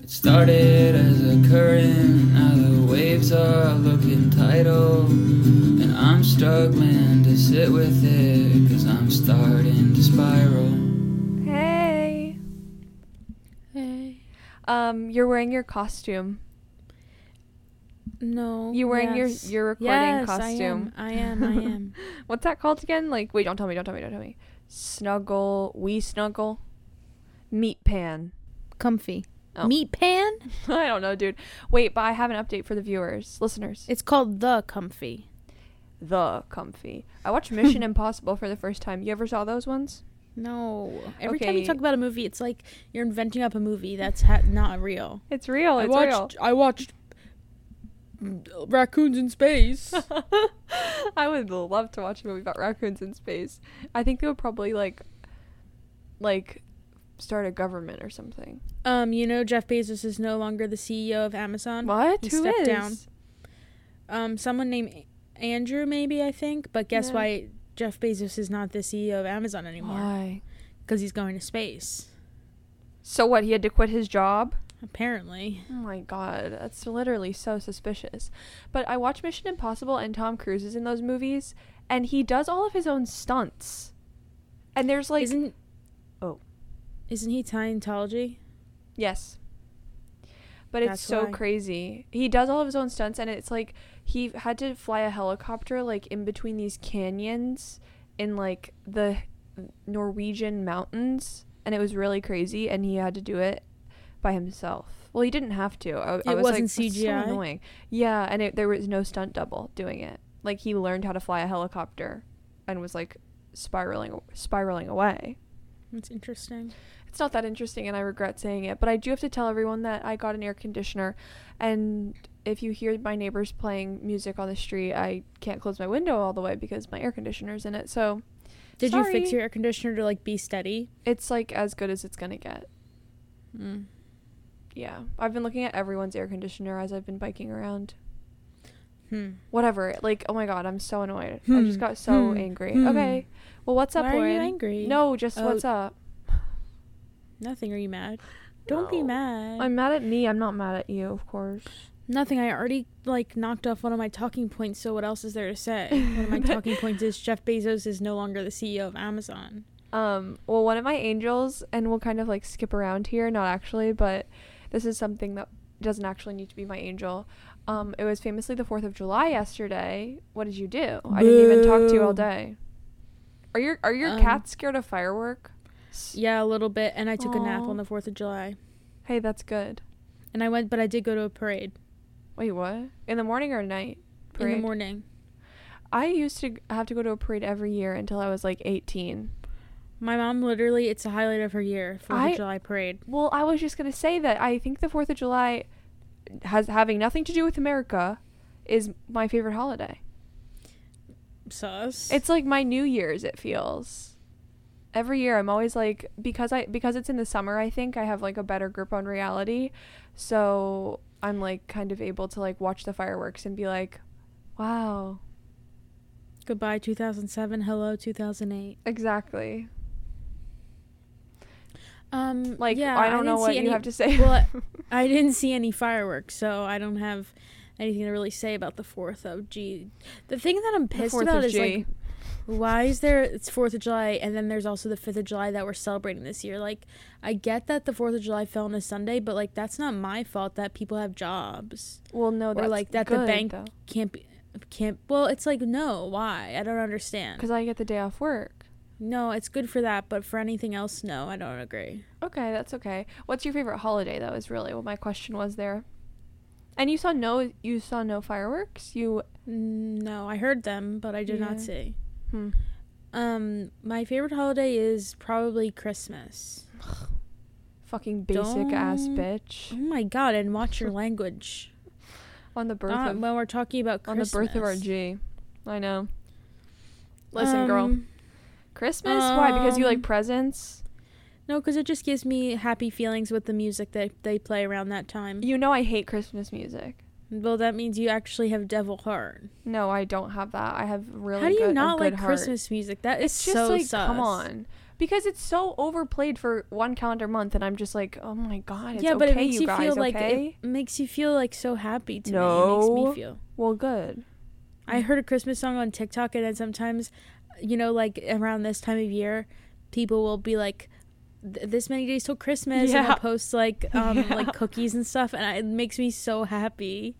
It started as a current, now the waves are looking tidal. And I'm struggling to sit with it, cause I'm starting to spiral. Hey. Hey. Um, you're wearing your costume. No. You're wearing your- yes. your recording Yes, costume. I am. I am. I am. What's that called again? Like, wait, don't tell me, don't tell me, don't tell me. Snuggle, we snuggle, meat pan. Comfy. Oh. Meat pan? I don't know, dude. Wait, but I have an update for the viewers, listeners. It's called the comfy. the comfy. I watched Mission Impossible for the first time. You ever saw those ones? No. Every time you talk Okay. about a movie, it's like you're inventing up a movie that's ha- not real. It's real. I Oh, It's real. watched. I watched. Raccoons in space. I would love to watch a movie about raccoons in space. I think they would probably like, like, start a government or something. um, you know Jeff Bezos is no longer the CEO of Amazon. What? he Who stepped is? down. Um, someone named A- Andrew, maybe I think. But guess Yeah. why Jeff Bezos is not the CEO of Amazon anymore? Why? Because he's going to space. So what? He had to quit his job. Apparently. Oh my god, that's literally so suspicious. But I watch Mission Impossible and Tom Cruise is in those movies, and he does all of his own stunts. And there's like isn't Oh. isn't he Scientology? Yes. But it's That's so why. crazy. He does all of his own stunts, and it's like he had to fly a helicopter like in between these canyons in like the Norwegian mountains, and it was really crazy. And he had to do it by himself. Well, he didn't have to. I, I was It like, wasn't "That's CGI? So annoying. Yeah, and it, there was no stunt double doing it. Like he learned how to fly a helicopter, and was like spiraling spiraling away. That's interesting. It's not that interesting, and I regret saying it, but I do have to tell everyone that I got an air conditioner. And if you hear my neighbors playing music on the street, I can't close my window all the way because my air conditioner's in it. So Did you fix Sorry. your air conditioner to like be steady? it's like as good as it's going to get. Mm. Yeah. I've been looking at everyone's air conditioner as I've been biking around. Hmm. Whatever. Like, oh my God, I'm so annoyed. I just Hmm. got so Hmm. angry. Hmm. Okay. Well, what's up, Why are you Lauren? angry? No, just Oh. what's up? Nothing. Are you mad? Don't be No. mad. I'm mad at me. I'm not mad at you, of course. Nothing. I already like knocked off one of my talking points. So what else is there to say? One of my talking points is Jeff Bezos is no longer the CEO of Amazon. Um, well, one of my angels, and we'll kind of like skip around here, not actually, but this is something that doesn't actually need to be my angel. Um, it was famously the 4th of July yesterday. What did you do? I didn't even talk to you all Boo. day. Are your are your Um, cats scared of firework? S- Yeah, a little bit. And I took a nap Aw. on the Fourth of July. Hey, that's good. And I went, but I did go to a parade Wait, what? In the morning or night? in Parade. the morning. I used to g- have to go to a parade every year until I was like 18. My mom literally, it's a highlight of her year for I- the July parade. Well, I was just gonna say that I think the Fourth of July has having nothing to do with America is my favorite holiday. Sus. It's like my New Year's. It feels every year. I'm always like because I because it's in the summer. I think I have like a better grip on reality, so I'm like kind of able to like watch the fireworks and be like, wow, goodbye 2007. Hello 2008. exactly. Um, Like yeah, I don't know didn't what see you any- have to say. Well, I didn't see any fireworks, so I don't have anything to really say about the Fourth of G. The thing that I'm The pissed 4th about of is J. like, why is there? It's Fourth of July, and then there's also the Fifth of July that we're celebrating this year. Like, I get that the Fourth of July fell on a Sunday, but like that's not my fault that people have jobs. well, no, or that's like that the good, bank though. can't be can't well it's like no why i don't understand because I get the day off work. no it's good for that but for anything else no i don't agree Okay, that's okay. What's your favorite holiday? That was really what my question was there. And you saw no you saw no fireworks. You Mm, no i heard them but i did Yeah. not see hmm. um my favorite holiday is probably christmas fucking basic ass Don't- oh bitch my god and watch your language on the birth Not of when we're talking about on christmas the birth of our G. I know. Listen, girl. Um, Christmas? Why? Because you like um, presents? no because it just gives me happy feelings with the music that they play around that time You know I hate Christmas music. well that means you actually have devil heart No, I don't have that. I have really How do you good, a not good like heart. Christmas music? That is It's just so like sus. come on. because it's so overplayed for one calendar month, and I'm just like, oh my god, it's yeah, but okay, it makes you, you, guys, feel like okay? it makes you feel like so happy to me. It No. makes me feel. well, good. I heard a Christmas song on TikTok, and then sometimes, you know, like around this time of year, people will be like, "Th- "This many days till Christmas," and Yeah. they'll post like um Yeah. like cookies and stuff, and I, it makes me so happy.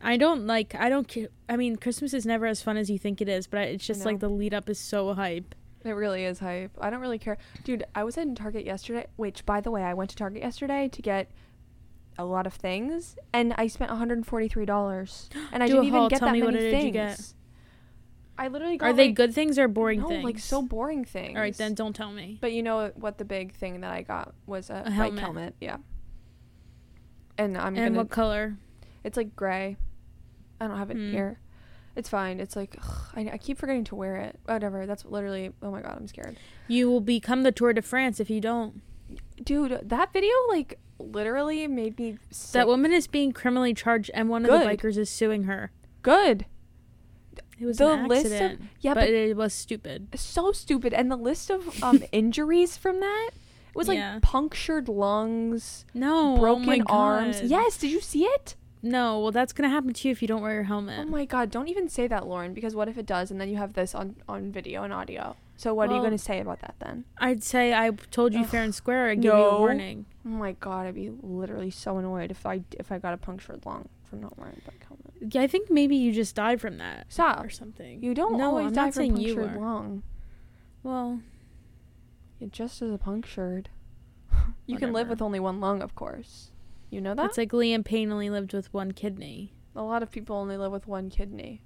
I don't like. I don't. ca- I mean, Christmas is never as fun as you think it is, but I, it's just know. like the lead up is so hype. It really is hype. I don't really care, dude. I was in Target yesterday, which, by the way, I went to Target yesterday to get a lot of things, and I spent 143 dollars, and I Do a didn't even haul. get Tell that me what many it is things. you get. I literally got Are they like, good things or boring no, things? like so boring things. All right, then don't tell me. But you know what? The big thing that I got was a, A bike helmet. helmet. Yeah. And I'm and gonna. what color? It's like gray. I don't have it Hmm. here. It's fine. It's like ugh, I, I keep forgetting to wear it. Whatever. That's literally. Oh my god, I'm scared. You will become the Tour de France if you don't. Dude, that video like literally made me sick. That woman is being criminally charged, and one of the Good. bikers is suing her. good. It was The an list of- accident, yeah, but, but- it was stupid. So stupid. And the list of um injuries from that it was like Yeah. punctured lungs, No, broken oh my arms. God. Yes, did you see it? No, well, that's gonna happen to you if you don't wear your helmet. Oh my god, don't even say that, Lauren, because what if it does and then you have this on, on video and audio? So what are you Well- gonna say about that then? I'd say I told you fair and square. I give you No. a warning. Oh my god, I'd be literally so annoyed if I if I got a punctured lung from not wearing a bike helmet. Yeah, I think maybe you just died from that Stop. or something. You don't No, always I'm die not from saying you punctured are. lung. Well, It just is a punctured. you can live Whatever. with only one lung, of course. You know that? it's like Liam Payne only lived with one kidney. a lot of people only live with one kidney.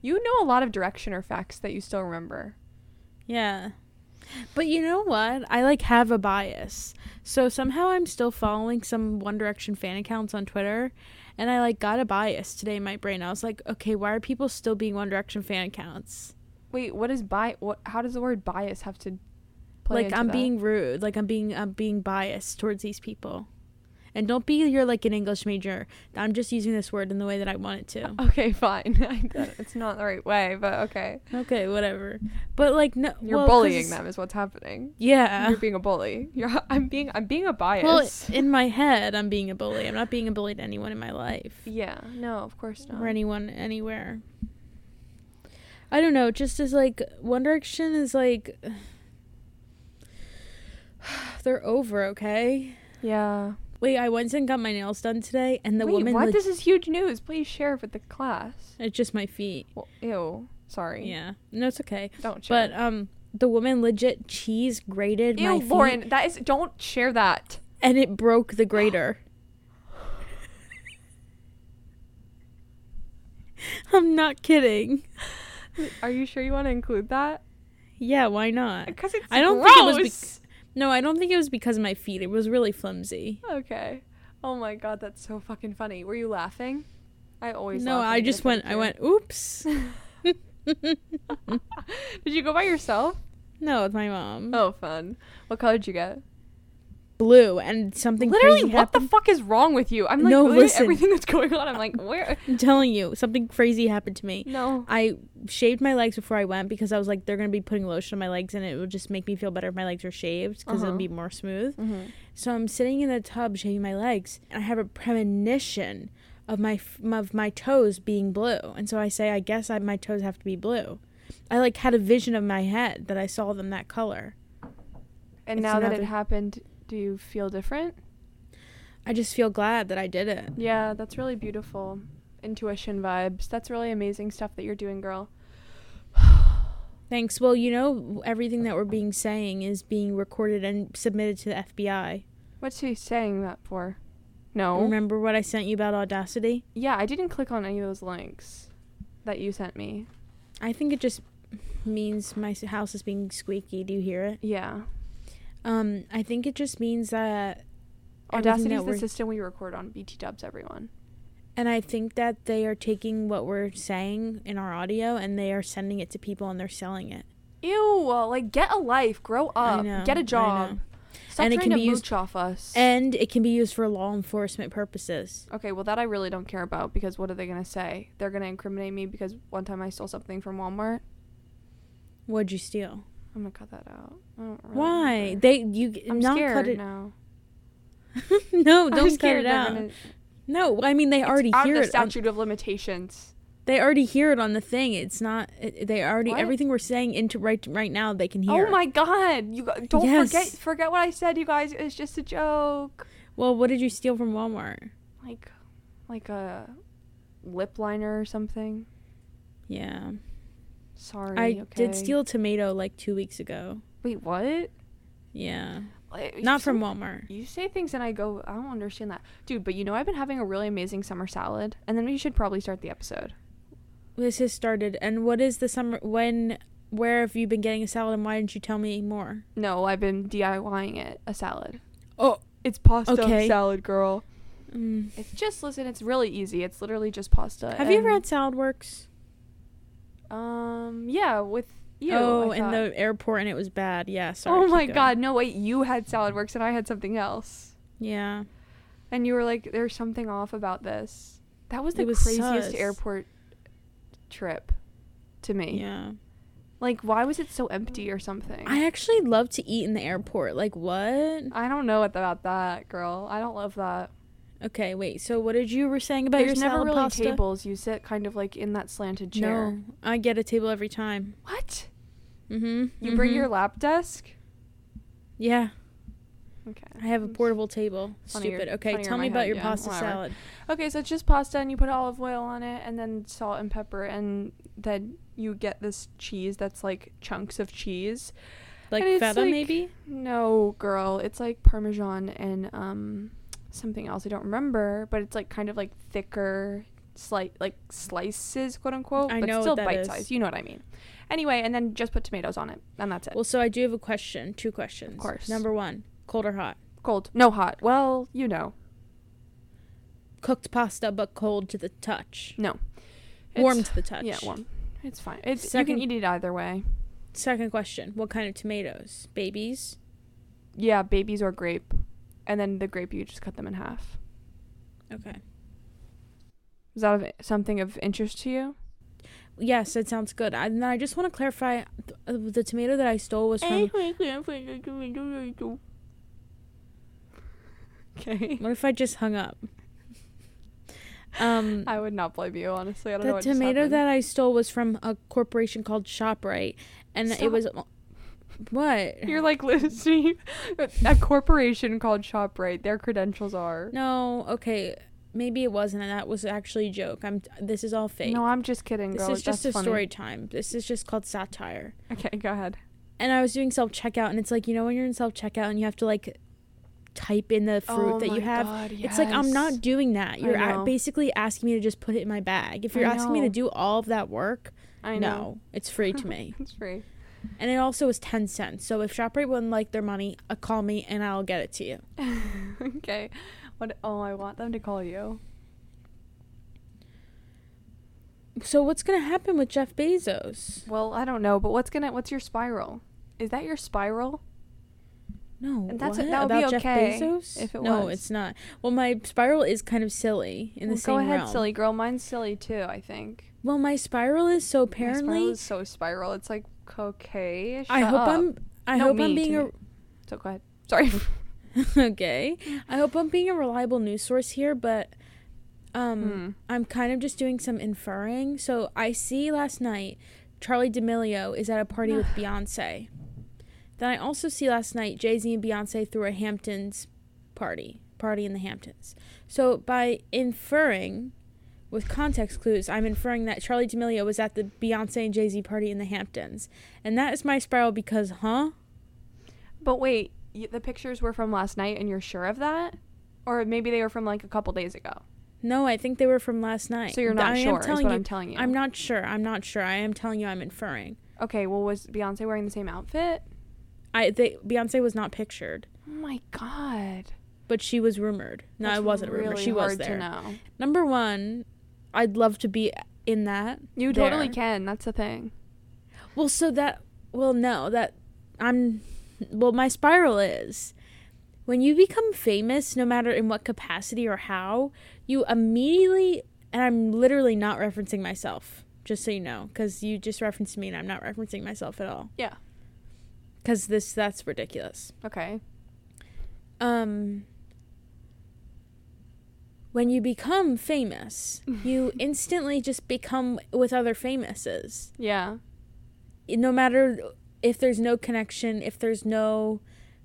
You know a lot of directioner facts that you still remember. Yeah. But you know what? I like have a bias. So somehow I'm still following some One Direction fan accounts on Twitter and I like got a bias today in my brain. I was like, okay, why are people still being One Direction fan accounts? Wait, what is bi- what how does the word bias have to play like into I'm that? being rude. Like I'm being I'm being biased towards these people. And don't be you're like an English major. I'm just using this word in the way that I want it to. Okay, fine. I get it. it's not the right way, but okay. Okay, whatever. But like no You're well, 'cause bullying it's- them is what's happening. Yeah. You're being a bully. You're I'm being I'm being a bias. Well, in my head, I'm being a bully. I'm not being a bully to anyone in my life yeah, no, of course not. or anyone anywhere. I don't know. it Just as like One Direction is like they're over. Okay. Yeah. Wait, I went and got my nails done today, and the Wait, woman what? like, this is huge news. Please share it with the class. it's just my feet. Well, ew. Sorry. Yeah. No, it's okay. Don't share. But um, the woman legit cheese grated my ew, feet, Lauren, that is don't share that. and it broke the grater. I'm not kidding. Are you sure you want to include that? Yeah, why not? Because it's Uh, I don't gross. think it was No, I don't think it was because of my feet. It was really flimsy. okay. Oh my god, that's so fucking funny. Were you laughing? I always. No, laugh when I you get just went. I offended. went. Oops. Did you go by yourself? no, with my mom. Oh, fun. What color did you get? Blue and something. Literally, crazy what the happened. fuck is wrong with you? I'm like, No, literally listen. everything that's going on. I'm like, where? I'm telling you, something crazy happened to me. No. I shaved my legs before I went because I was like, they're gonna be putting lotion on my legs, and it will just make me feel better if my legs are shaved because Uh-huh. it'll be more smooth. Mhm. So I'm sitting in the tub shaving my legs, and I have a premonition of my f- of my toes being blue, and so I say, I guess I, my toes have to be blue. I like had a vision of my head that I saw them that color. And It's now that it another- happened, do you feel different? I just feel glad that I did it. Yeah, that's really beautiful. Intuition vibes. That's really amazing stuff that you're doing, girl. Thanks. Well, you know, everything that we're being saying is being recorded and submitted to the FBI. What's he saying that for? No. Remember what I sent you about Audacity? Yeah, I didn't click on any of those links that you sent me. I think it just means my s- house is being squeaky. Do you hear it? Yeah. Um, I think it just means that everything Audacity that is the we're- system we record on. BT dubs everyone. and I think that they are taking what we're saying in our audio and they are sending it to people and they're selling it. Ew, like get a life, grow I up, know, get I a job. know. Stop And it trying can to be used- mooch off us. And it can be used for law enforcement purposes. okay, well that I really don't care about because what are they gonna say? They're gonna incriminate me because one time I stole something from Walmart. What'd you steal? I'm gonna cut that out. I don't really Why? remember. They you I'm not scared cut it. now. no, I'm don't cut scared it they're out. gonna- No, I mean they It's already out hear of the it. On, statute of limitations. they already hear it on the thing. It's not. It, they already What? everything we're saying into right right now. They can hear. Oh my god! You go- don't forget Yes. forget what I said, you guys. It's just a joke. Well, what did you steal from Walmart? Like, like a lip liner or something. Yeah, Sorry. I okay. did steal a tomato like two weeks ago. Wait, what? Yeah, Like, not some- from Walmart. You say things and I go, I don't understand that, dude. But you know, I've been having a really amazing summer salad, and then we should probably start the episode. This has started. And what is the summer? When? Where have you been getting a salad? And why didn't you tell me more? No, I've been DIYing it a salad. Oh, It's pasta Okay. salad, girl. mm. It's just listen. It's really easy. It's literally just pasta. have you ever and- had Salad Works? Um, yeah, with you. oh, I in thought. the airport, and it was bad. Yeah, sorry. Oh keep my going. god, no wait, you had SolidWorks and I had something else. Yeah. And you were like, there's something off about this. That was It the was craziest sus. airport trip to me. Yeah. Like, why was it so empty or something? I actually love to eat in the airport. Like what? I don't know about that, girl. I don't love that. Okay, wait. So what did you were saying about There's your never salad really pasta? tables. You sit kind of like in that slanted chair. No, I get a table every time. What? Mhm. You bring mhm. your lap desk? Yeah, Okay. I have a I'm portable table. Funnier- Stupid. Okay, funnier tell in me my about head, your yeah, pasta whatever. salad. Okay, so it's just pasta and you put olive oil on it and then salt and pepper and then you get this cheese that's like chunks of cheese. Like And it's feta like- maybe? No, girl, it's like parmesan and um something else I don't remember, but it's like kind of like thicker slight like slices, quote unquote, I but know what still that bite is. size. You know what I mean. Anyway, and then just put tomatoes on it and that's it. Well, so I do have a question, two questions. course. Number 1, cold or hot? Cold, no hot. Well, you know. Cooked pasta but cold to the touch. No. Warm It's- to the touch. Yeah, warm. It's fine. It's Second- you can eat it either way. Second question, what kind of tomatoes? Babies? Yeah, babies or grape. And then the grape, you just cut them in half. Okay. Is that of something of interest to you? Yes, it sounds good. I, and then I just want to clarify th- uh, the tomato that I stole was from. okay. What if I just hung up? Um, I would not blame you, honestly. I don't know the what tomato just that I stole was from a corporation called ShopRite, and it Stop. was what? You're like listening. A corporation called ShopRite. Their credentials are. No, okay, maybe it wasn't, and that was actually a joke. I'm. This is all fake. No, I'm just kidding, this girl. is just That's a funny. story time. This is just called satire. Okay, go ahead. and I was doing self checkout, and it's like you know when you're in self checkout and you have to like type in the fruit Oh that my you have. God, It's like I'm yes. not doing that. You're a- know. basically asking me to just put it in my bag. If you're I asking me to know. do all of that work, I no, know. it's free to me. It's free. and it also was ten cents. So if Shoprite wouldn't like their money, uh, call me and I'll get it to you. okay. What? Oh, I want them to call you. So what's gonna happen with Jeff Bezos? Well, I don't know, but what's gonna? What's your spiral? Is that your spiral? No, And that's- what? that would be about Jeff okay Bezos? if it no, was. it's not. Well, my spiral is kind of silly in the Well, same go ahead, realm. silly girl. Mine's silly too. I think. Well, my spiral is so My spiral apparently is so spiral. It's like okay. Shut I hope up. I'm. I No, hope me, I'm to being a. So go ahead. Sorry. okay. I hope I'm being a reliable news source here, but um, I'm kind of just doing some inferring. So I see last night Charlie D'Amelio is at a party with Beyonce. Then I also see last night Jay Z and Beyonce threw a Hamptons party, party in the Hamptons. So by inferring. With context clues, I'm inferring that Charlie D'Amelio was at the Beyonce and Jay Z party in the Hamptons, and that is my spiral because, huh? but wait, y- the pictures were from last night, and you're sure of that? Or maybe they were from like a couple days ago. No, I think they were from last night. So you're not I sure. Am is telling what you, I'm telling you. I'm not sure. I'm not sure. I am telling you. I'm inferring. Okay. Well, was Beyonce wearing the same outfit? I they, Beyonce was not pictured, Oh my god. but she was rumored. No, That's it wasn't really rumored. She hard was To there. know. Number one, I'd love to be in that. You there. totally can. That's the thing. Well, so that. Well, no, that I'm. Well, my spiral is. When you become famous, no matter in what capacity or how, you immediately, and I'm literally not referencing myself, just so you know, because you just referenced me and I'm not referencing myself at all. Yeah. because this that's ridiculous. Okay. Um, when you become famous, you instantly just become with other famouses. Yeah. no matter if there's no connection, if there's no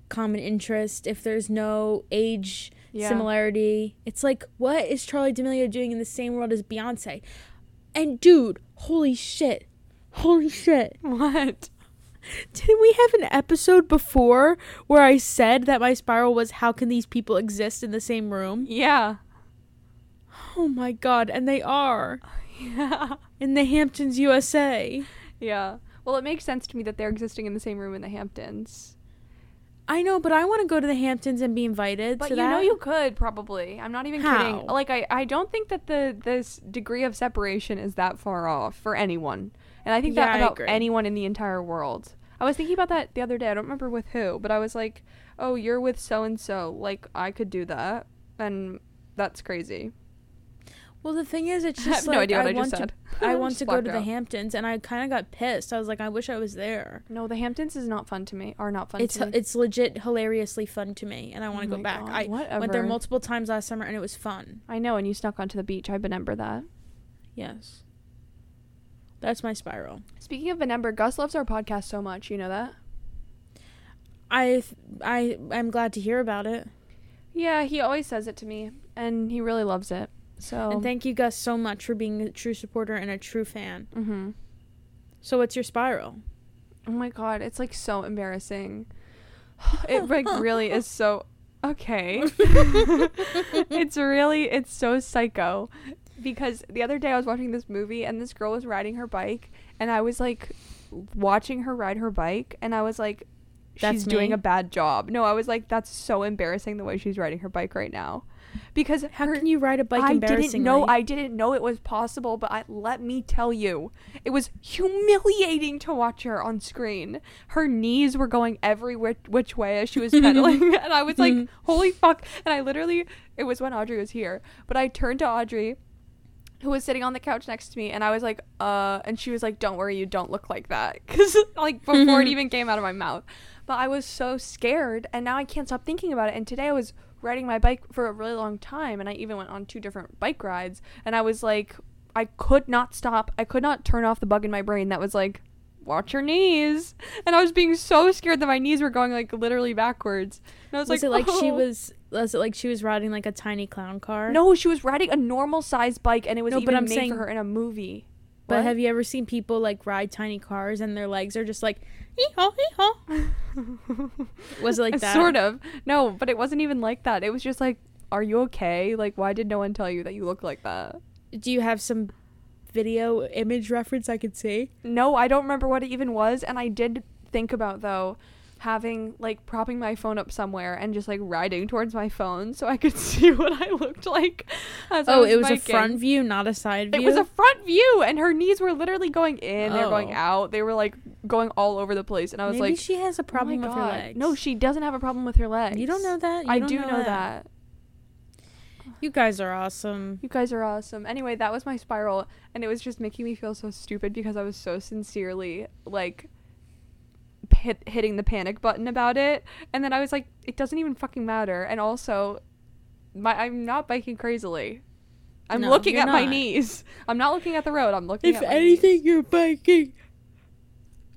common interest, if there's no age Yeah. similarity, it's like what is Charlie D'Amelio doing in the same world as Beyonce? And dude, holy shit. Holy shit. What? Didn't we have an episode before where I said that my spiral was how can these people exist in the same room? Yeah. Oh my god, and they are Yeah. in the Hamptons, USA. Yeah. Well, it makes sense to me that they're existing in the same room in the Hamptons. I know, but I want to go to the Hamptons and be invited. But to you know that. you could probably. I'm not even How? kidding. Like I, I don't think that the this degree of separation is that far off for anyone. And I think Yeah, I that about agree. anyone in the entire world. I was thinking about that the other day. I don't remember with who, but I was like, "Oh, you're with so and so. Like I could do that." And that's crazy. Well, the thing is, it's I just have no like, idea what I just want said. To, I I'm want just to go to blacked the out. Hamptons, and I kind of got pissed. I was like, I wish I was there. No, the Hamptons is not fun to me. Are not fun It's to me. it's legit hilariously fun to me, and I want Oh to go my back. God, I went there whatever. multiple times last summer, and it was fun. I know, and you snuck onto the beach. I remember that. Yes, that's my spiral. Speaking of Benember, Gus loves our podcast so much. You know that? I I I'm glad to hear about it, Yeah, he always says it to me, and he really loves it. So and thank you, Gus, so much for being a true supporter and a true fan. hmm So, what's your spiral? Oh my god, it's like so embarrassing. It like really is so okay. it's really it's so psycho because the other day I was watching this movie and this girl was riding her bike and I was like watching her ride her bike and I was like she's That's doing me. a bad job. No, I was like that's so embarrassing the way she's riding her bike right now. Because How her, can you ride a bike I embarrassingly? didn't know I didn't know it was possible, but I, let me tell you, it was humiliating to watch her on screen. Her knees were going every which, which way as she was pedaling, and I was like, "Holy fuck!" And I literally, it was when Audrey was here, but I turned to Audrey, who was sitting on the couch next to me, and I was like, "Uh," and she was like, "Don't worry, you don't look like that," because like Mm-hmm. before it even came out of my mouth. But I was so scared, and now I can't stop thinking about it. And today I was riding my bike for a really long time and I even went on two different bike rides and I was like I could not stop. I could not turn off the bug in my brain that was like watch your knees. And I was being so scared that my knees were going like literally backwards. And I was, was like, it like she "Oh." was? Was it like she was riding like a tiny clown car? No, she was riding a normal sized bike and it was No, but even I'm made saying- for her in a movie. But What? have you ever seen people like ride tiny cars and their legs are just like, hee-haw, hee-haw? Was it like that? Sort of. No, but it wasn't even like that. It was just like, are you okay? Like, why did no one tell you that you look like that? Do you have some video image reference I could see? No, I don't remember what it even was. And I did think about though having like propping my phone up somewhere and just like riding towards my phone so I could see what I looked like. as I oh, it was biking. a front view, not a side It view. was a front view, and her knees were literally going in. They were going Oh. out. They were like going all over the place, and I was Maybe like, she has "Oh a my problem with her God." legs. No, she doesn't have a problem with her legs. You don't know that. You I don't do know, that. You guys are awesome. You guys are awesome. Anyway, that was my spiral, and it was just making me feel so stupid because I was so sincerely like hit, hitting the panic button about it, and then I was like, it doesn't even fucking matter. And also, my I'm not biking crazily. I'm No, looking you're at my not. knees. I'm not looking at the road. I'm looking if at my anything, knees. you're biking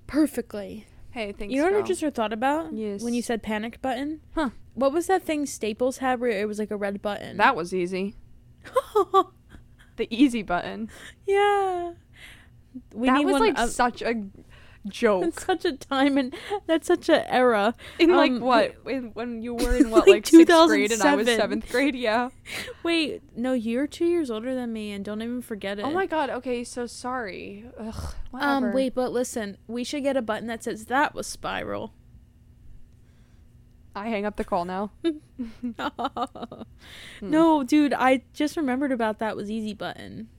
perfectly. Hey, thanks. you know what girl. I just thought about? Yes. When you said panic button? Huh. What was that thing Staples had where it was like a red button? that was easy. The easy button. yeah. We that need was one like of- such a joke. That's such a time and that's such an era. In like Um, what? When, when you were in what, like like sixth grade and I was 2007. seventh grade? Yeah. Wait, no, you're two years older than me, and don't even forget it. Oh my god. Okay. So sorry. Ugh. Whatever. Um, wait, but listen, we should get a button that says that was spiral. I hang up the call now. Hmm. No, dude, I just remembered about that was easy button.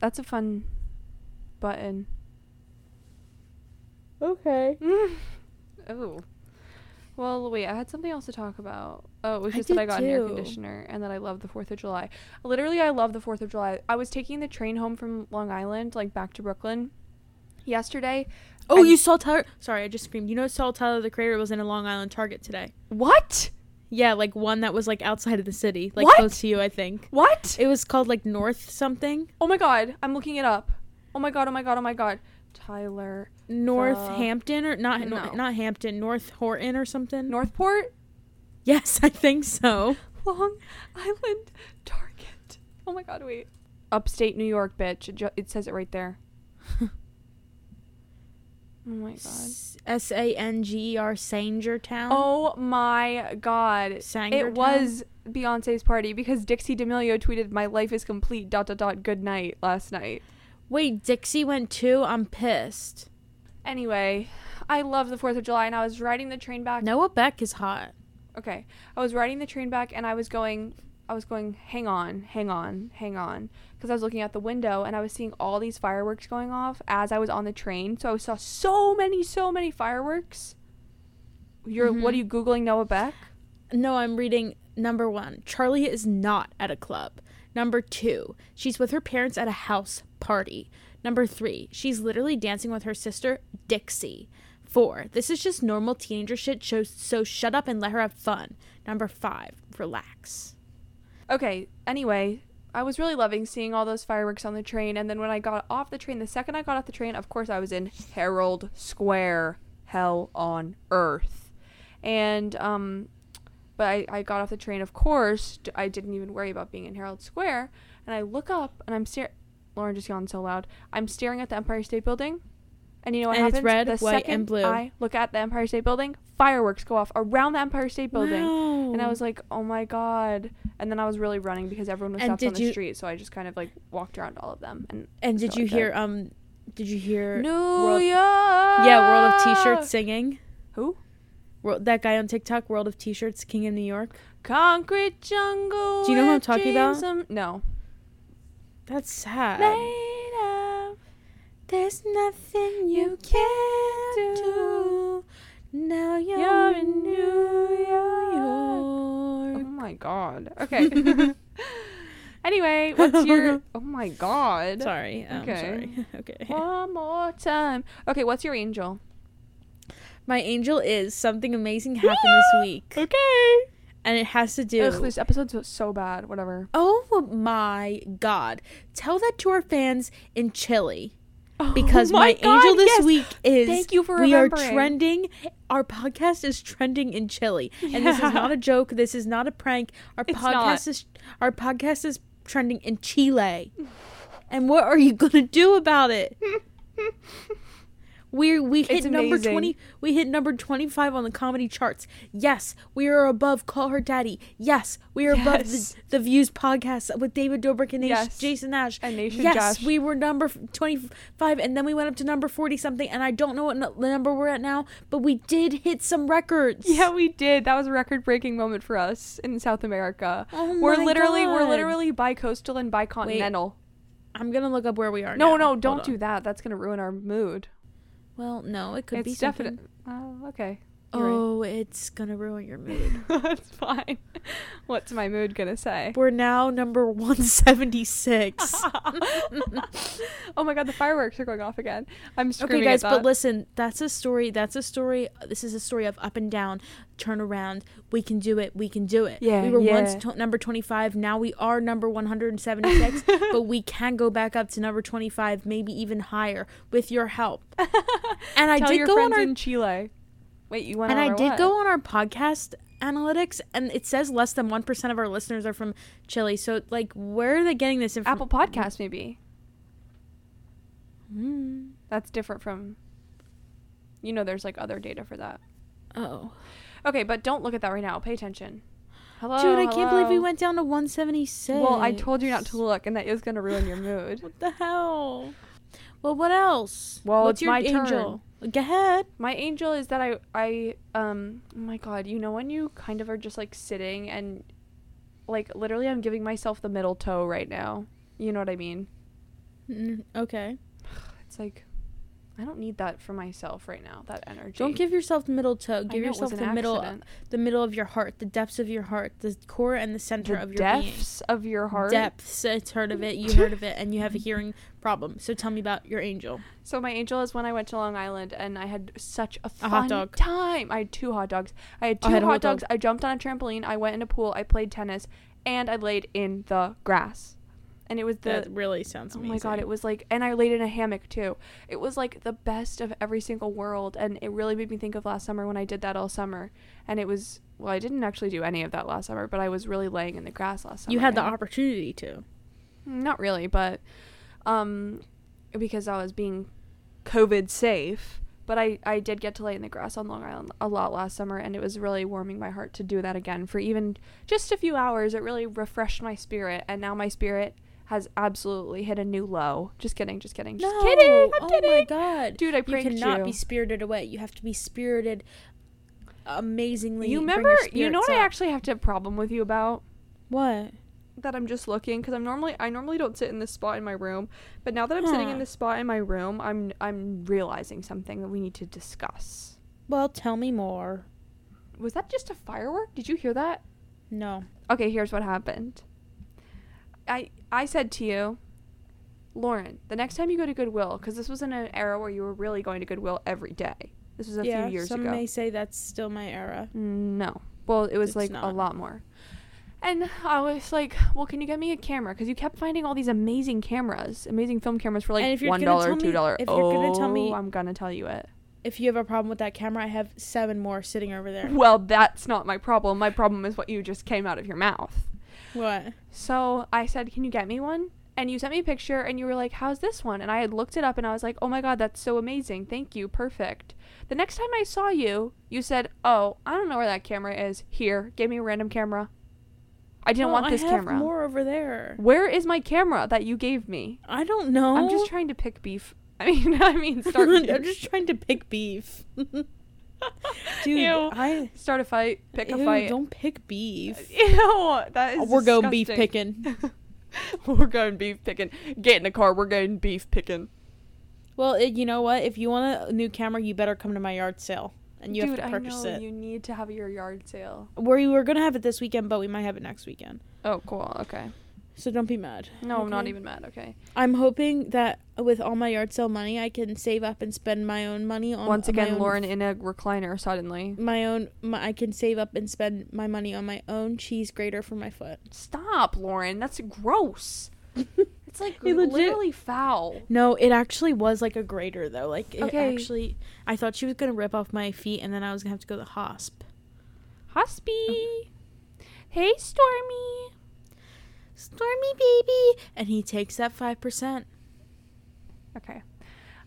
That's a fun button. Okay. Oh. Well, wait. I had something else to talk about. Oh, it was I just that I did got an air too. conditioner and that I love the Fourth of July. Literally, I love the Fourth of July. I was taking the train home from Long Island, like back to Brooklyn, yesterday. Oh, And- you saw Tyler. Sorry, I just screamed. You know, saw Tyler the Creator was in a Long Island Target today. What? Yeah, like one that was like outside of the city, like What? close to you, I think. What? It was called like North something, Oh my god, I'm looking it up. Oh my god, oh my god, oh my god. Tyler. Northampton or not nor- no. not Hampton, North Horton or something. Northport? yes, I think so. Long Island Target. Oh my god, wait. Upstate New York, bitch. It, ju- it says it right there. oh my god. S um, A N G E R Sangertown. Oh my god. It Sangertown? was Beyonce's party because Dixie D'Amelio tweeted, My life is complete, dot dot dot, good night last night. Wait, Dixie went too. I'm pissed. Anyway, I love the 4th of July and I was riding the train back. Noah Beck is hot. Okay. I was riding the train back and I was going I was going hang on, hang on, hang on because I was looking out the window and I was seeing all these fireworks going off as I was on the train. So I saw so many so many fireworks. You're what are you googling Noah Beck? No, I'm reading number one. Charlie is not at a club. Number two, she's with her parents at a house party. Number three, she's literally dancing with her sister, Dixie. Four, this is just normal teenager shit, so, so shut up and let her have fun. Number five, relax. Okay, anyway, I was really loving seeing all those fireworks on the train and then when I got off the train, the second I got off the train, of course I was in Herald Square, hell on earth. And um But I, I got off the train, of course. D- I didn't even worry about being in Herald Square. And I look up and I'm staring. Lauren just yawned so loud. I'm staring at the Empire State Building. And you know what And it's happens? red, the white, and second blue. I look at the Empire State Building, fireworks go off around the Empire State Building. And I Wow. was like, oh my God. And then I was really running because everyone was And stopped on did the you- street. So I just kind of like walked around all of them. And, And so did you I hear, um, did you hear New World- York? Yeah, World of T-shirts singing. Who? World, that guy on TikTok, World of T-shirts, King of New York. Concrete jungle. Do you know who I'm where talking about? Uh, dreams of- No. That's sad. Made of There's you nothing you can't do. Now you're, in New Oh York. my god. Okay. anyway, what's your Oh my god. Sorry. I'm Okay. sorry. okay. One more time. Okay, what's your angel? My angel is something amazing happened this week. Okay. And it has to do. Ugh, this episode's so- so bad. Whatever. oh my god. Tell that to our fans in Chile. Oh Because my, angel this week is Thank you for we are remembering. trending. Our podcast is trending in Chile, and this Yeah. is not a joke. This is not a prank. Our It's podcast not. is our podcast is trending in Chile, and what are you gonna do about it? We we hit It's number amazing. twenty. We hit number twenty five on the comedy charts. Yes, we are above Call Her Daddy. Yes, we are above Yes. the, the Views podcast with David Dobrik and Nation, Yes. Jason Nash And Nation yes, Josh. we were number f- 25 and then we went up to number 40 something and I don't know what n- number we're at now, but we did hit some records. Yeah, we did. That was a record-breaking moment for us in South America. Oh we're my literally we're God. literally bi-coastal and bi-continental. I'm going to look up where we are no, now. no, Hold don't on. do that. That's gonna ruin our mood. Well, no, it could be it's something. definite. Oh, okay. You're right. Oh, it's going to ruin your mood. That's fine. What's my mood gonna say? we're now number 176. oh my god, the fireworks are going off again. I'm okay screaming guys, at but that. listen, that's a story. That's a story. This is a story of up and down, turn around. We can do it. We can do it. Yeah, we were once yeah. t- number 25, now we are number 176, but we can go back up to number 25, maybe even higher with your help. And I Tell did your go on friends our in Chile. Wait, you went and on I our did what? go on our podcast analytics and it says less than 1% of our listeners are from Chile. So like where are they getting this info? Apple Podcast maybe. Mm. That's different from. You know, there's like other data for that. Oh. Okay, but don't look at that right now. Pay attention. Hello, Dude, I can't believe we hello. went down to 176. Oh, Well, I told you not to look, and that is going to ruin your mood. What the hell? Well, what else? Well, What's it's my Go ahead. My angel is that I, I, um, oh my God, you know when you kind of are just like sitting and, like, literally, I'm giving myself the middle toe right now. You know what I mean? Mm, okay. It's like, I don't need that for myself right now. That energy. Don't give yourself the middle toe. I Give know it was yourself an the middle, accident. the middle of your heart, the depths of your heart, the core and the center the of your being. depths of your heart. Depths. It's heard of it. You heard of it, and you have a hearing problem. So tell me about your angel. So my angel is when I went to Long Island and I had such a fun A hot dog. Oh, time. I had two hot dogs. I had I two had a hot hot dog. dogs. I jumped on a trampoline. I went in a pool. I played tennis, and I laid in the grass. And it was the that really sounds. oh Amazing. my god, it was like and I laid in a hammock too. It was like the best of every single world, and it really made me think of last summer when I did that all summer. And it was well, I didn't actually do any of that last summer, but I was really laying in the grass last summer. you had the and- opportunity to. not really, but um, because I was being COVID safe. But I, I did get to lay in the grass on Long Island a lot last summer, and it was really warming my heart to do that again for even just a few hours. It really refreshed my spirit, and now my spirit has absolutely hit a new low. Just kidding, just kidding, just kidding. I'm oh kidding. my god, Dude, I pranked you cannot you. be spirited away. You have to be spirited. Amazingly, You bring your remember? You know spirits what I up. actually have to have a problem with you about? What? that I'm just looking because I'm normally I normally don't sit in this spot in my room, but now that I'm sitting in Huh. this spot in my room, I'm I'm realizing something that we need to discuss. Well, tell me more. Was that just a firework? Did you hear that? No. Okay, here's what happened. I I said to you, Lauren, the next time you go to Goodwill, because this was in an era where you were really going to Goodwill every day. This was a yeah, few years some ago. may say that's still my era. No. Well, it was It's like a not. lot more. And I was like, "Well, can you get me a camera?" Because you kept finding all these amazing cameras, amazing film cameras for And like if you're one gonna dollar, tell me- two dollar. if you're Oh, gonna tell me- I'm gonna tell you it. If you have a problem with that camera, I have seven more sitting over there. Well, that's not my problem. My problem is what you just came out of your mouth. What? So I said, Can you get me one? And you sent me a picture and you were like, How's this one? And I had looked it up and I was like, Oh my God, that's so amazing. Thank you. Perfect. The next time I saw you, you said, Oh, I don't know where that camera is. Here, give me a random camera. I didn't Well, want this I have camera. More over there. Where is my camera that you gave me? I don't know. I'm just trying to pick beef. I mean, I mean, start. Oh. I'm just trying to pick beef. Dude, Ew. I start a fight, pick a ew, fight. Uh, Don't pick beef. Ew, that is We're going beef disgusting. picking. we're going beef picking. Get in the car. We're going beef picking. Well, it, you know what? If you want a new camera, you better come to my yard sale, and you have to purchase it. You need to have your yard sale. We were gonna have it this weekend, but we might have it next weekend. Oh, cool. Okay. So don't be mad. No, I'm not Okay. even mad. Okay. I'm hoping that with all my yard sale money, I can save up and spend my own money on Once my again, own- Lauren in a recliner suddenly. My own, my, I can save up and spend my money on my own cheese grater for my foot. Stop, Lauren. That's gross. It's like It legit- literally foul. No, it actually was like a grater though. Like it Okay. actually, I thought she was gonna rip off my feet, and then I was gonna have to go to the hosp. Hospy. Hey, Stormy. Stormy baby, and he takes that five percent. Okay.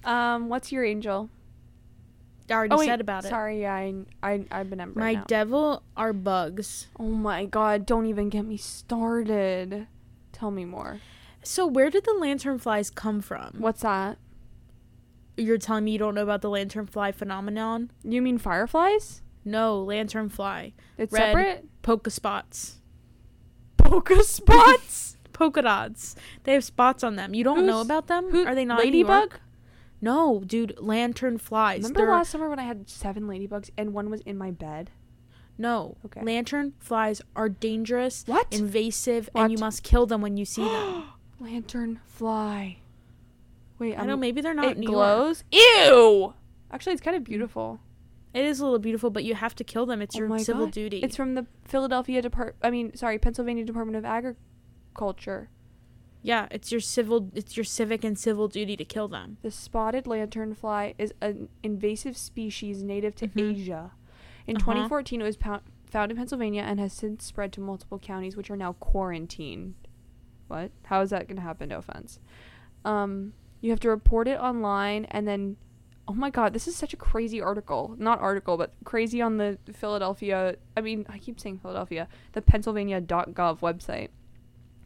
Um, what's your angel? Oh, I already said about it. Sorry, yeah, I, I, I remember My now. devil are bugs. oh my god, don't even get me started. Tell me more. So where did the lanternflies come from? What's that? You're telling me you don't know about the lanternfly phenomenon? You mean fireflies? No, lanternfly. It's Red. separate? Polka spots. Polka spots? Polka dots. They have spots on them. You don't know Who's- about them? who- Are they not in New Ladybug? York? No, dude, lanternflies. Remember They're- last summer when I had seven ladybugs and one was in my bed? No. Okay. Lantern flies are dangerous, What? invasive, What? and you must kill them when you see them. Lantern fly. Wait, I don't know, maybe they're not Um, It in New York. glows. Ew. Actually, it's kind of beautiful. It is a little beautiful, but you have to kill them. It's Oh your my civil God. duty. It's from the Philadelphia Depart. I mean, sorry, Pennsylvania Department of Agriculture. yeah, it's your civil it's your civic and civil duty to kill them. The spotted lanternfly is an invasive species native to Mhm. Asia. In Uh-huh. 2014, it was pou- found in Pennsylvania and has since spread to multiple counties, which are now quarantined. What? How is that going to happen? No offense. Um, you have to report it online and then. Oh my god, this is such a crazy article. Not article, but crazy on the Philadelphia. I mean, I keep saying Philadelphia. The Pennsylvania.gov website.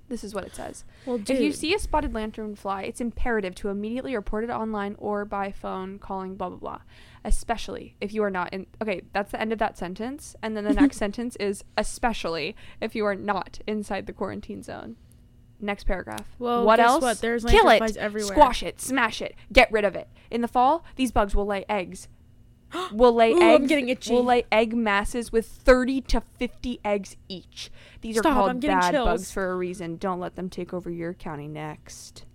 This is what it says. Well, If you see a spotted lanternfly, it's imperative to immediately report it online or by phone calling blah blah blah. Especially if you are not in Okay, that's the end of that sentence. And then the next sentence is especially if you are not inside the quarantine zone. Next paragraph. Well, what guess else? what? There's Kill it. lanternflies everywhere. Squash it. Smash it. Get rid of it. In the fall, these bugs will lay eggs. Will lay Ooh, I'm eggs. getting itchy. Will lay egg masses with 30 to 50 eggs each. These are Stop, called I'm getting bad chills. bugs for a reason. Don't let them take over your county next.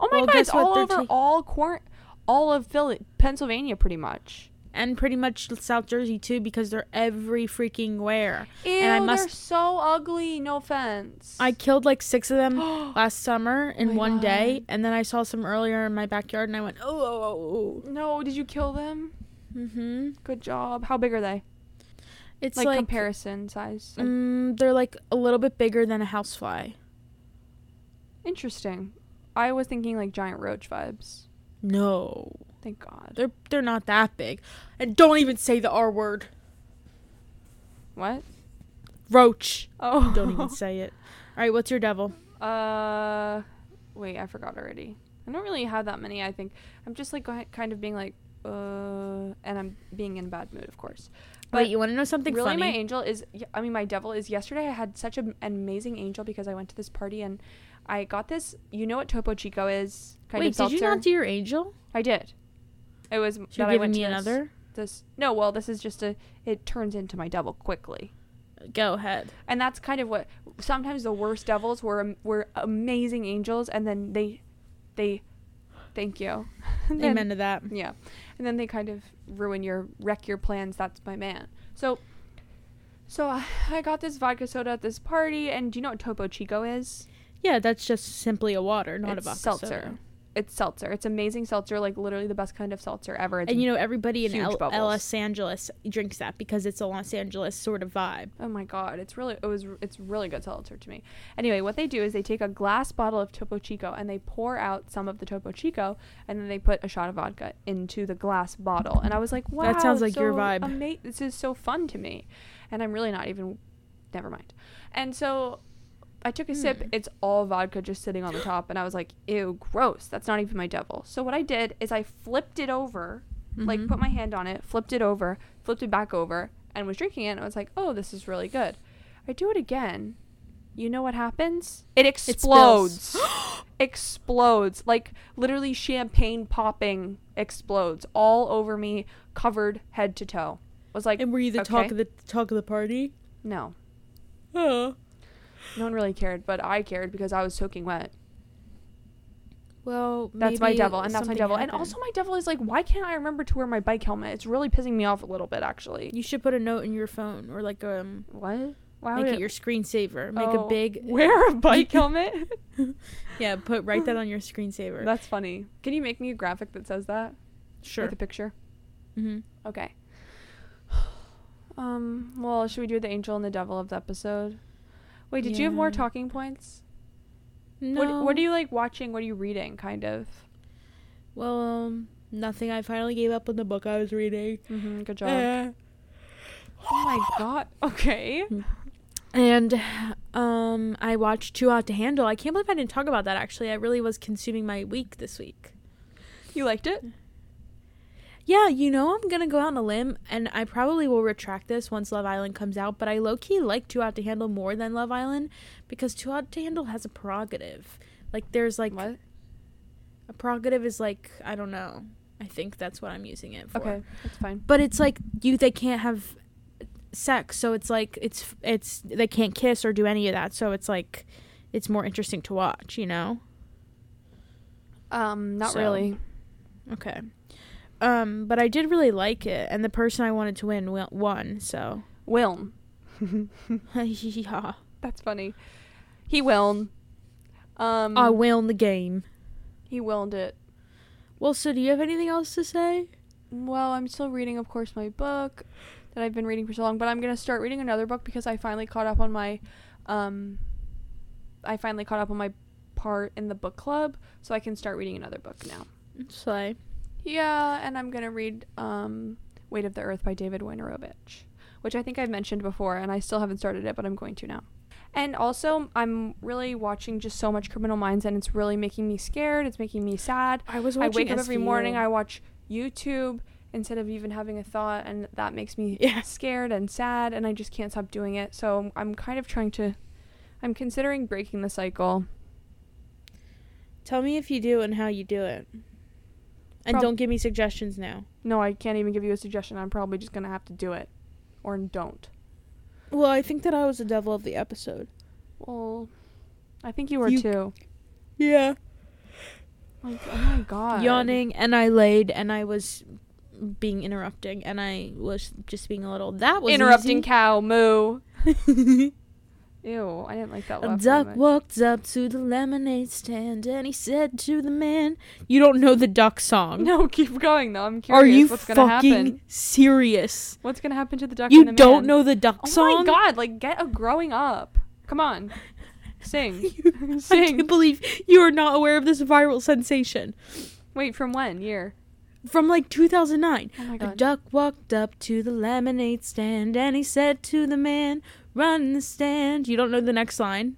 Oh my Well, god, guess it's what? all They're over ta- all quar- all of Phil- Pennsylvania pretty much. and pretty much South Jersey too because they're every freaking where. Ew, and I they're must so ugly. No offense. I killed like 6 of them last summer in My one day God. and then I saw some earlier in my backyard and I went, "Oh, oh, oh, no, did you kill them? oh." Mhm. Good job. How big are they? Mm-hmm. It's like, like, comparison size. Like, mm, they're like a little bit bigger than a housefly. Interesting. I was thinking like giant roach vibes. No. Thank God. They're they're not that big. And don't even say the R word. What? Roach. Oh. Don't even say it. All right, what's your devil? Uh, wait, I forgot already. I don't really have that many. I think I'm just like going- kind of being like, uh, and I'm being in a bad mood, of course. But Wait, you want to know something really, funny? my angel is. y- I mean, my devil is. Yesterday, I had such a- an amazing angel because I went to this party and I got this. You know what Topo Chico is? Wait, did you seltzer? not do your angel? I did. It was So that You're I giving went me to this- another. this no well this is just a it turns into my devil quickly Go ahead. and that's kind of what sometimes the worst devils were am- were amazing angels and then they they thank you And then- Amen to that. yeah and then they kind of ruin your wreck your plans that's my man so so I, I got this vodka soda at this party and do you know what topo chico is Yeah, that's just simply a water, not it's a vodka seltzer soda. it's seltzer it's amazing seltzer like literally the best kind of seltzer ever it's And you know everybody in Huge L- bubbles. Los Los Angeles drinks that because it's a Los Angeles sort of vibe. Oh my god, it's really it was it's really good seltzer to me. Anyway, what they do is they take a glass bottle of Topo Chico and they pour out some of the Topo Chico and then they put a shot of vodka into the glass bottle. And I was like, wow, That sounds like so your vibe. ama- this is so fun to me, and I'm really not even. Never mind. And so. I took a Hmm. sip. It's all vodka just sitting on the top, and I was like, "Ew, gross! That's not even my devil." So what I did is I flipped it over Mm-hmm. like put my hand on it, flipped it over, flipped it back over, and was drinking it. And I was like, oh, this is really good. I do it again. You know what happens? It explodes. explodes. Like literally champagne popping explodes all over me, covered head to toe. Was like, And were you the okay. talk of the talk of the party? no, Oh. no one really cared, but I cared because I was soaking wet. Well, That's my devil, and that's my devil. And also, my devil is like, why can't I remember to wear my bike helmet? It's really pissing me off a little bit, actually. you should put a note in your phone or like um What? Why make would it your screensaver. Make Oh, a big wear a bike helmet. yeah. Put write that on your screensaver. That's funny. Can you make me a graphic that says that sure. with a picture? hmm Okay. Um. Well, should we do the angel and the devil of the episode? Wait, did you have more Yeah. talking points? No. What What are you like watching? What are you reading? Kind of. Well, um, nothing. I finally gave up on the book I was reading. Mm-hmm, good job. Uh, oh my god. Okay. And um, I watched Too Hot to Handle. I can't believe I didn't talk about that. Actually, I really was consuming my week this week. You liked it? Yeah, you know I'm gonna go out on a limb, and I probably will retract this once Love Island comes out. But I low key like Too Hot to Handle more than Love Island because Too Hot to Handle has a prerogative. Like there's like what? a prerogative is like I don't know. I think that's what I'm using it for. Okay, that's fine. but it's like you they can't have sex so it's like it's it's they can't kiss or do any of that so it's like it's more interesting to watch you know Um, not So- really. okay um but i did really like it and the person i wanted to win wi- won so Wilm. yeah That's funny. He willed. Um. i won the game he willed it. well so do you have anything else to say Well, I'm still reading, of course, my book that I've been reading for so long, but I'm gonna start reading another book because I finally caught up on my, um, I finally caught up on my part in the book club, so I can start reading another book now. slay Yeah, and I'm gonna read um, Weight of the Earth by David Wojnarowicz, which I think I've mentioned before, and I still haven't started it, but I'm going to now. And also, I'm really watching just so much Criminal Minds, and it's really making me scared. It's making me sad. i was I watching wake up every SVU. morning. I watch YouTube instead of even having a thought, and that makes me Yeah. scared and sad, and I um, just can't stop doing it. So I'm- I'm kind of trying to. I'm considering breaking the cycle Tell me if you do and how you do it. And Prob- don't give me suggestions now. No, I can't even give you a suggestion. I'm probably just gonna have to do it, or don't. Well, I think that I was the devil of the episode. Well, I think you were You- too. Yeah. Like, oh my god. Yawning and I laid and I was being interrupting and I was just being a little that was Interrupting easy. cow moo. Ew, I didn't like that A laugh. very duck much. walked up to the lemonade stand and he said to the man, "You don't know the duck song. No, keep going though. I'm curious. Are you what's gonna fucking happen? serious? What's gonna happen to the duck? you and the don't man? know the duck Oh song? my god! Like, get a growing up. Come on, sing, I can't sing. believe you are not aware of this viral sensation Wait, from when year? from like 2009. Oh my A god. duck walked up to the lemonade stand and he said to the man, "Run the stand." You don't know the next line?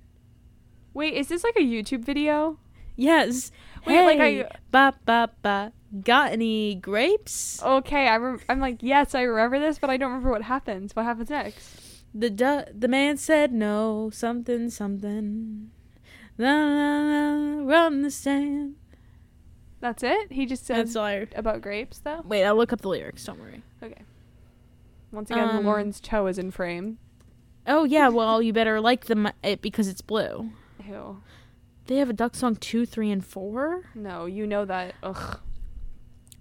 Wait, is this like a YouTube video? Yes. Wait, like hey, I- ba ba ba. Got any grapes? Okay, I rem- I'm like yes, I remember this, but I don't remember what happens. What happens next? The du- the man said no, something, something. Na, na, na, run the stand. That's it. He just says all I. about grapes though. Wait, I'll look up the lyrics. Don't worry. Okay. Once again, Um, Lauren's toe is in frame. Oh yeah, well you better like the it because it's blue. Ew. They have a duck song two, three, and four. No, you know that. Ugh.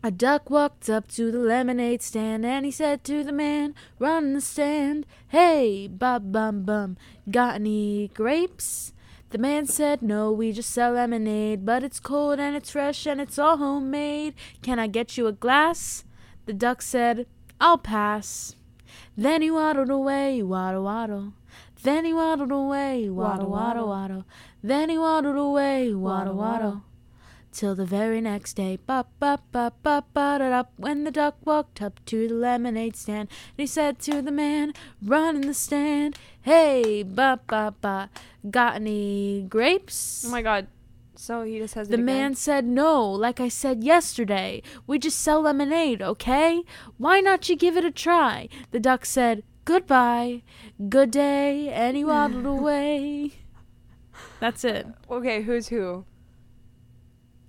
A duck walked up to the lemonade stand and he said to the man, "Run the stand, hey, bum bum bum, got any grapes?" The man said, "No, we just sell lemonade, but it's cold and it's fresh and it's all homemade. Can I get you a glass?" The duck said, "I'll pass." Then he waddled away, waddle waddle. Then he waddled away, Waddle, waddle waddle. waddle waddle. Then he waddled away, Waddle, waddle waddle. waddle. Till the very next day, bop bop bop bop bop up. When the duck walked up to the lemonade stand, and he said to the man, "Run in the stand, hey, bop bop bop, got any grapes?" Oh my god. So he just has it The again? man said, No, like I said yesterday. We just sell lemonade, okay? Why not you give it a try? The duck said, Goodbye, good day, and he waddled away. That's it. Okay, who's who?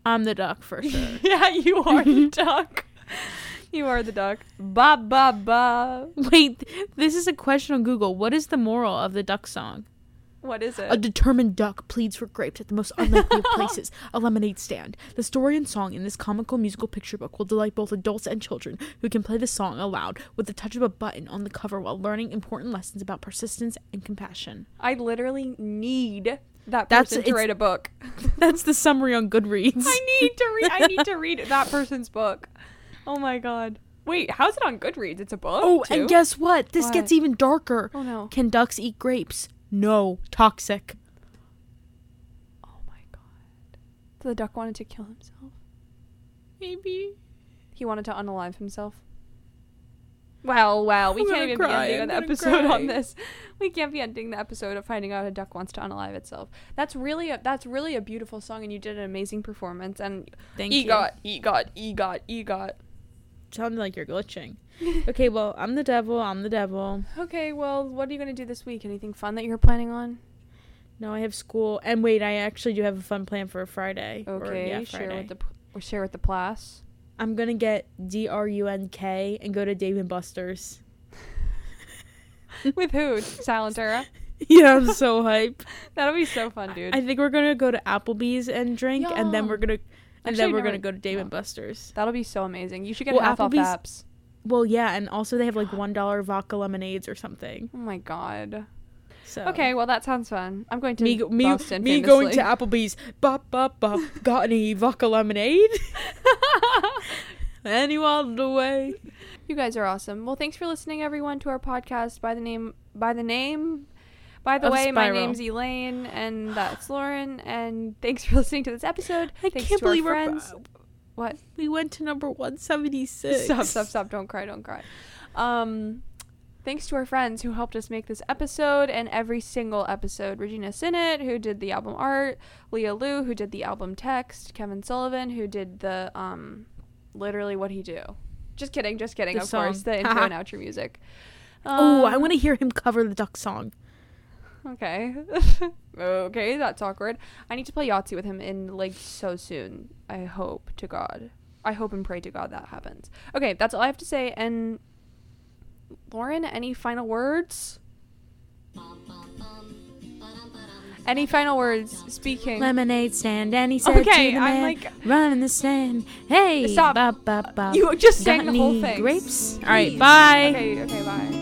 I'm the duck for sure. yeah, you are the duck. You are the duck. Ba ba ba. Wait, this is a question on Google. What is the moral of the duck song? What is A it? determined duck pleads for grapes at the most unlikely of places, a lemonade stand. The story and song in this comical musical picture book will delight both adults and children who can play the song aloud with the touch of a button on the cover while learning important lessons about persistence and compassion. I literally need that That's- person to it's- read a book. That's the summary on Goodreads. I need to read. I need to read that person's book. Oh my god. Wait, how's it on Goodreads? It's a book. Oh, too? and guess what? This What? gets even darker. Oh no. Can ducks eat grapes? No, toxic. Oh my god. So the duck wanted to kill himself. Maybe. He wanted to unalive himself. Wow, wow. We I'm can't gonna even cry, be ending I'm the gonna episode cry. on this. We can't be ending the episode of finding out a duck wants to unalive itself. That's really a that's really a beautiful song, and you did an amazing performance. And Thank egot, egot, egot, egot. Sounded like you're glitching. okay, well, I'm the devil. I'm the devil. Okay, well, what are you gonna do this week? Anything fun that you're planning on? No, I have school. And wait, I actually do have a fun plan for a Friday. Or, Okay, yeah, share Friday. with the p- or share with the class. I'm gonna get D R U N K and go to Dave and Buster's. with who? Salantera. yeah, I'm so hype. That'll be so fun, dude. I think we're gonna go to Applebee's and drink, and then we're Yum. gonna and then Actually, we're never- gonna go to Dave no. and Buster's. That'll be so amazing. You should get Well, half Applebee's- off apps. Well, yeah, and also they have like one dollar vodka lemonades or something. Oh my god. So Okay, well that sounds fun. I'm going to Oh. me go- me Boston me going to famously. Applebee's. Bop bop bop. Got any vodka lemonade? any waddled away? You guys are awesome. Well, thanks for listening, everyone, to our podcast by the name by the name. By the Of way, my Spiral. name's Elaine, and that's Lauren. And thanks for listening to this episode. I thanks can't to our believe we're friends. What? we went to number one seventy six. Stop! Stop! Stop! Don't cry! Don't cry. Um, thanks to our friends who helped us make this episode and every single episode. Regina Sinnott, who did the album art, Leah Liu, who did the album text, Kevin Sullivan, who did the um, literally what he do. Just kidding, just kidding. The of course, song. the intro and outro music. Oh, I Um, want to hear him cover the duck song. okay. okay, that's awkward. I need to play Yahtzee with him in like so soon. I hope to God. I hope and pray to God that happens. Okay, that's all I have to say. And Lauren, any final words? Any final words? Speaking. Lemonade stand, and he said Okay, to the I'm man, like- "Run in the stand, hey, Stop. bop, bop, bop. You just sang Got the whole any thing. Grapes. All right, Please. bye. Okay, okay, bye.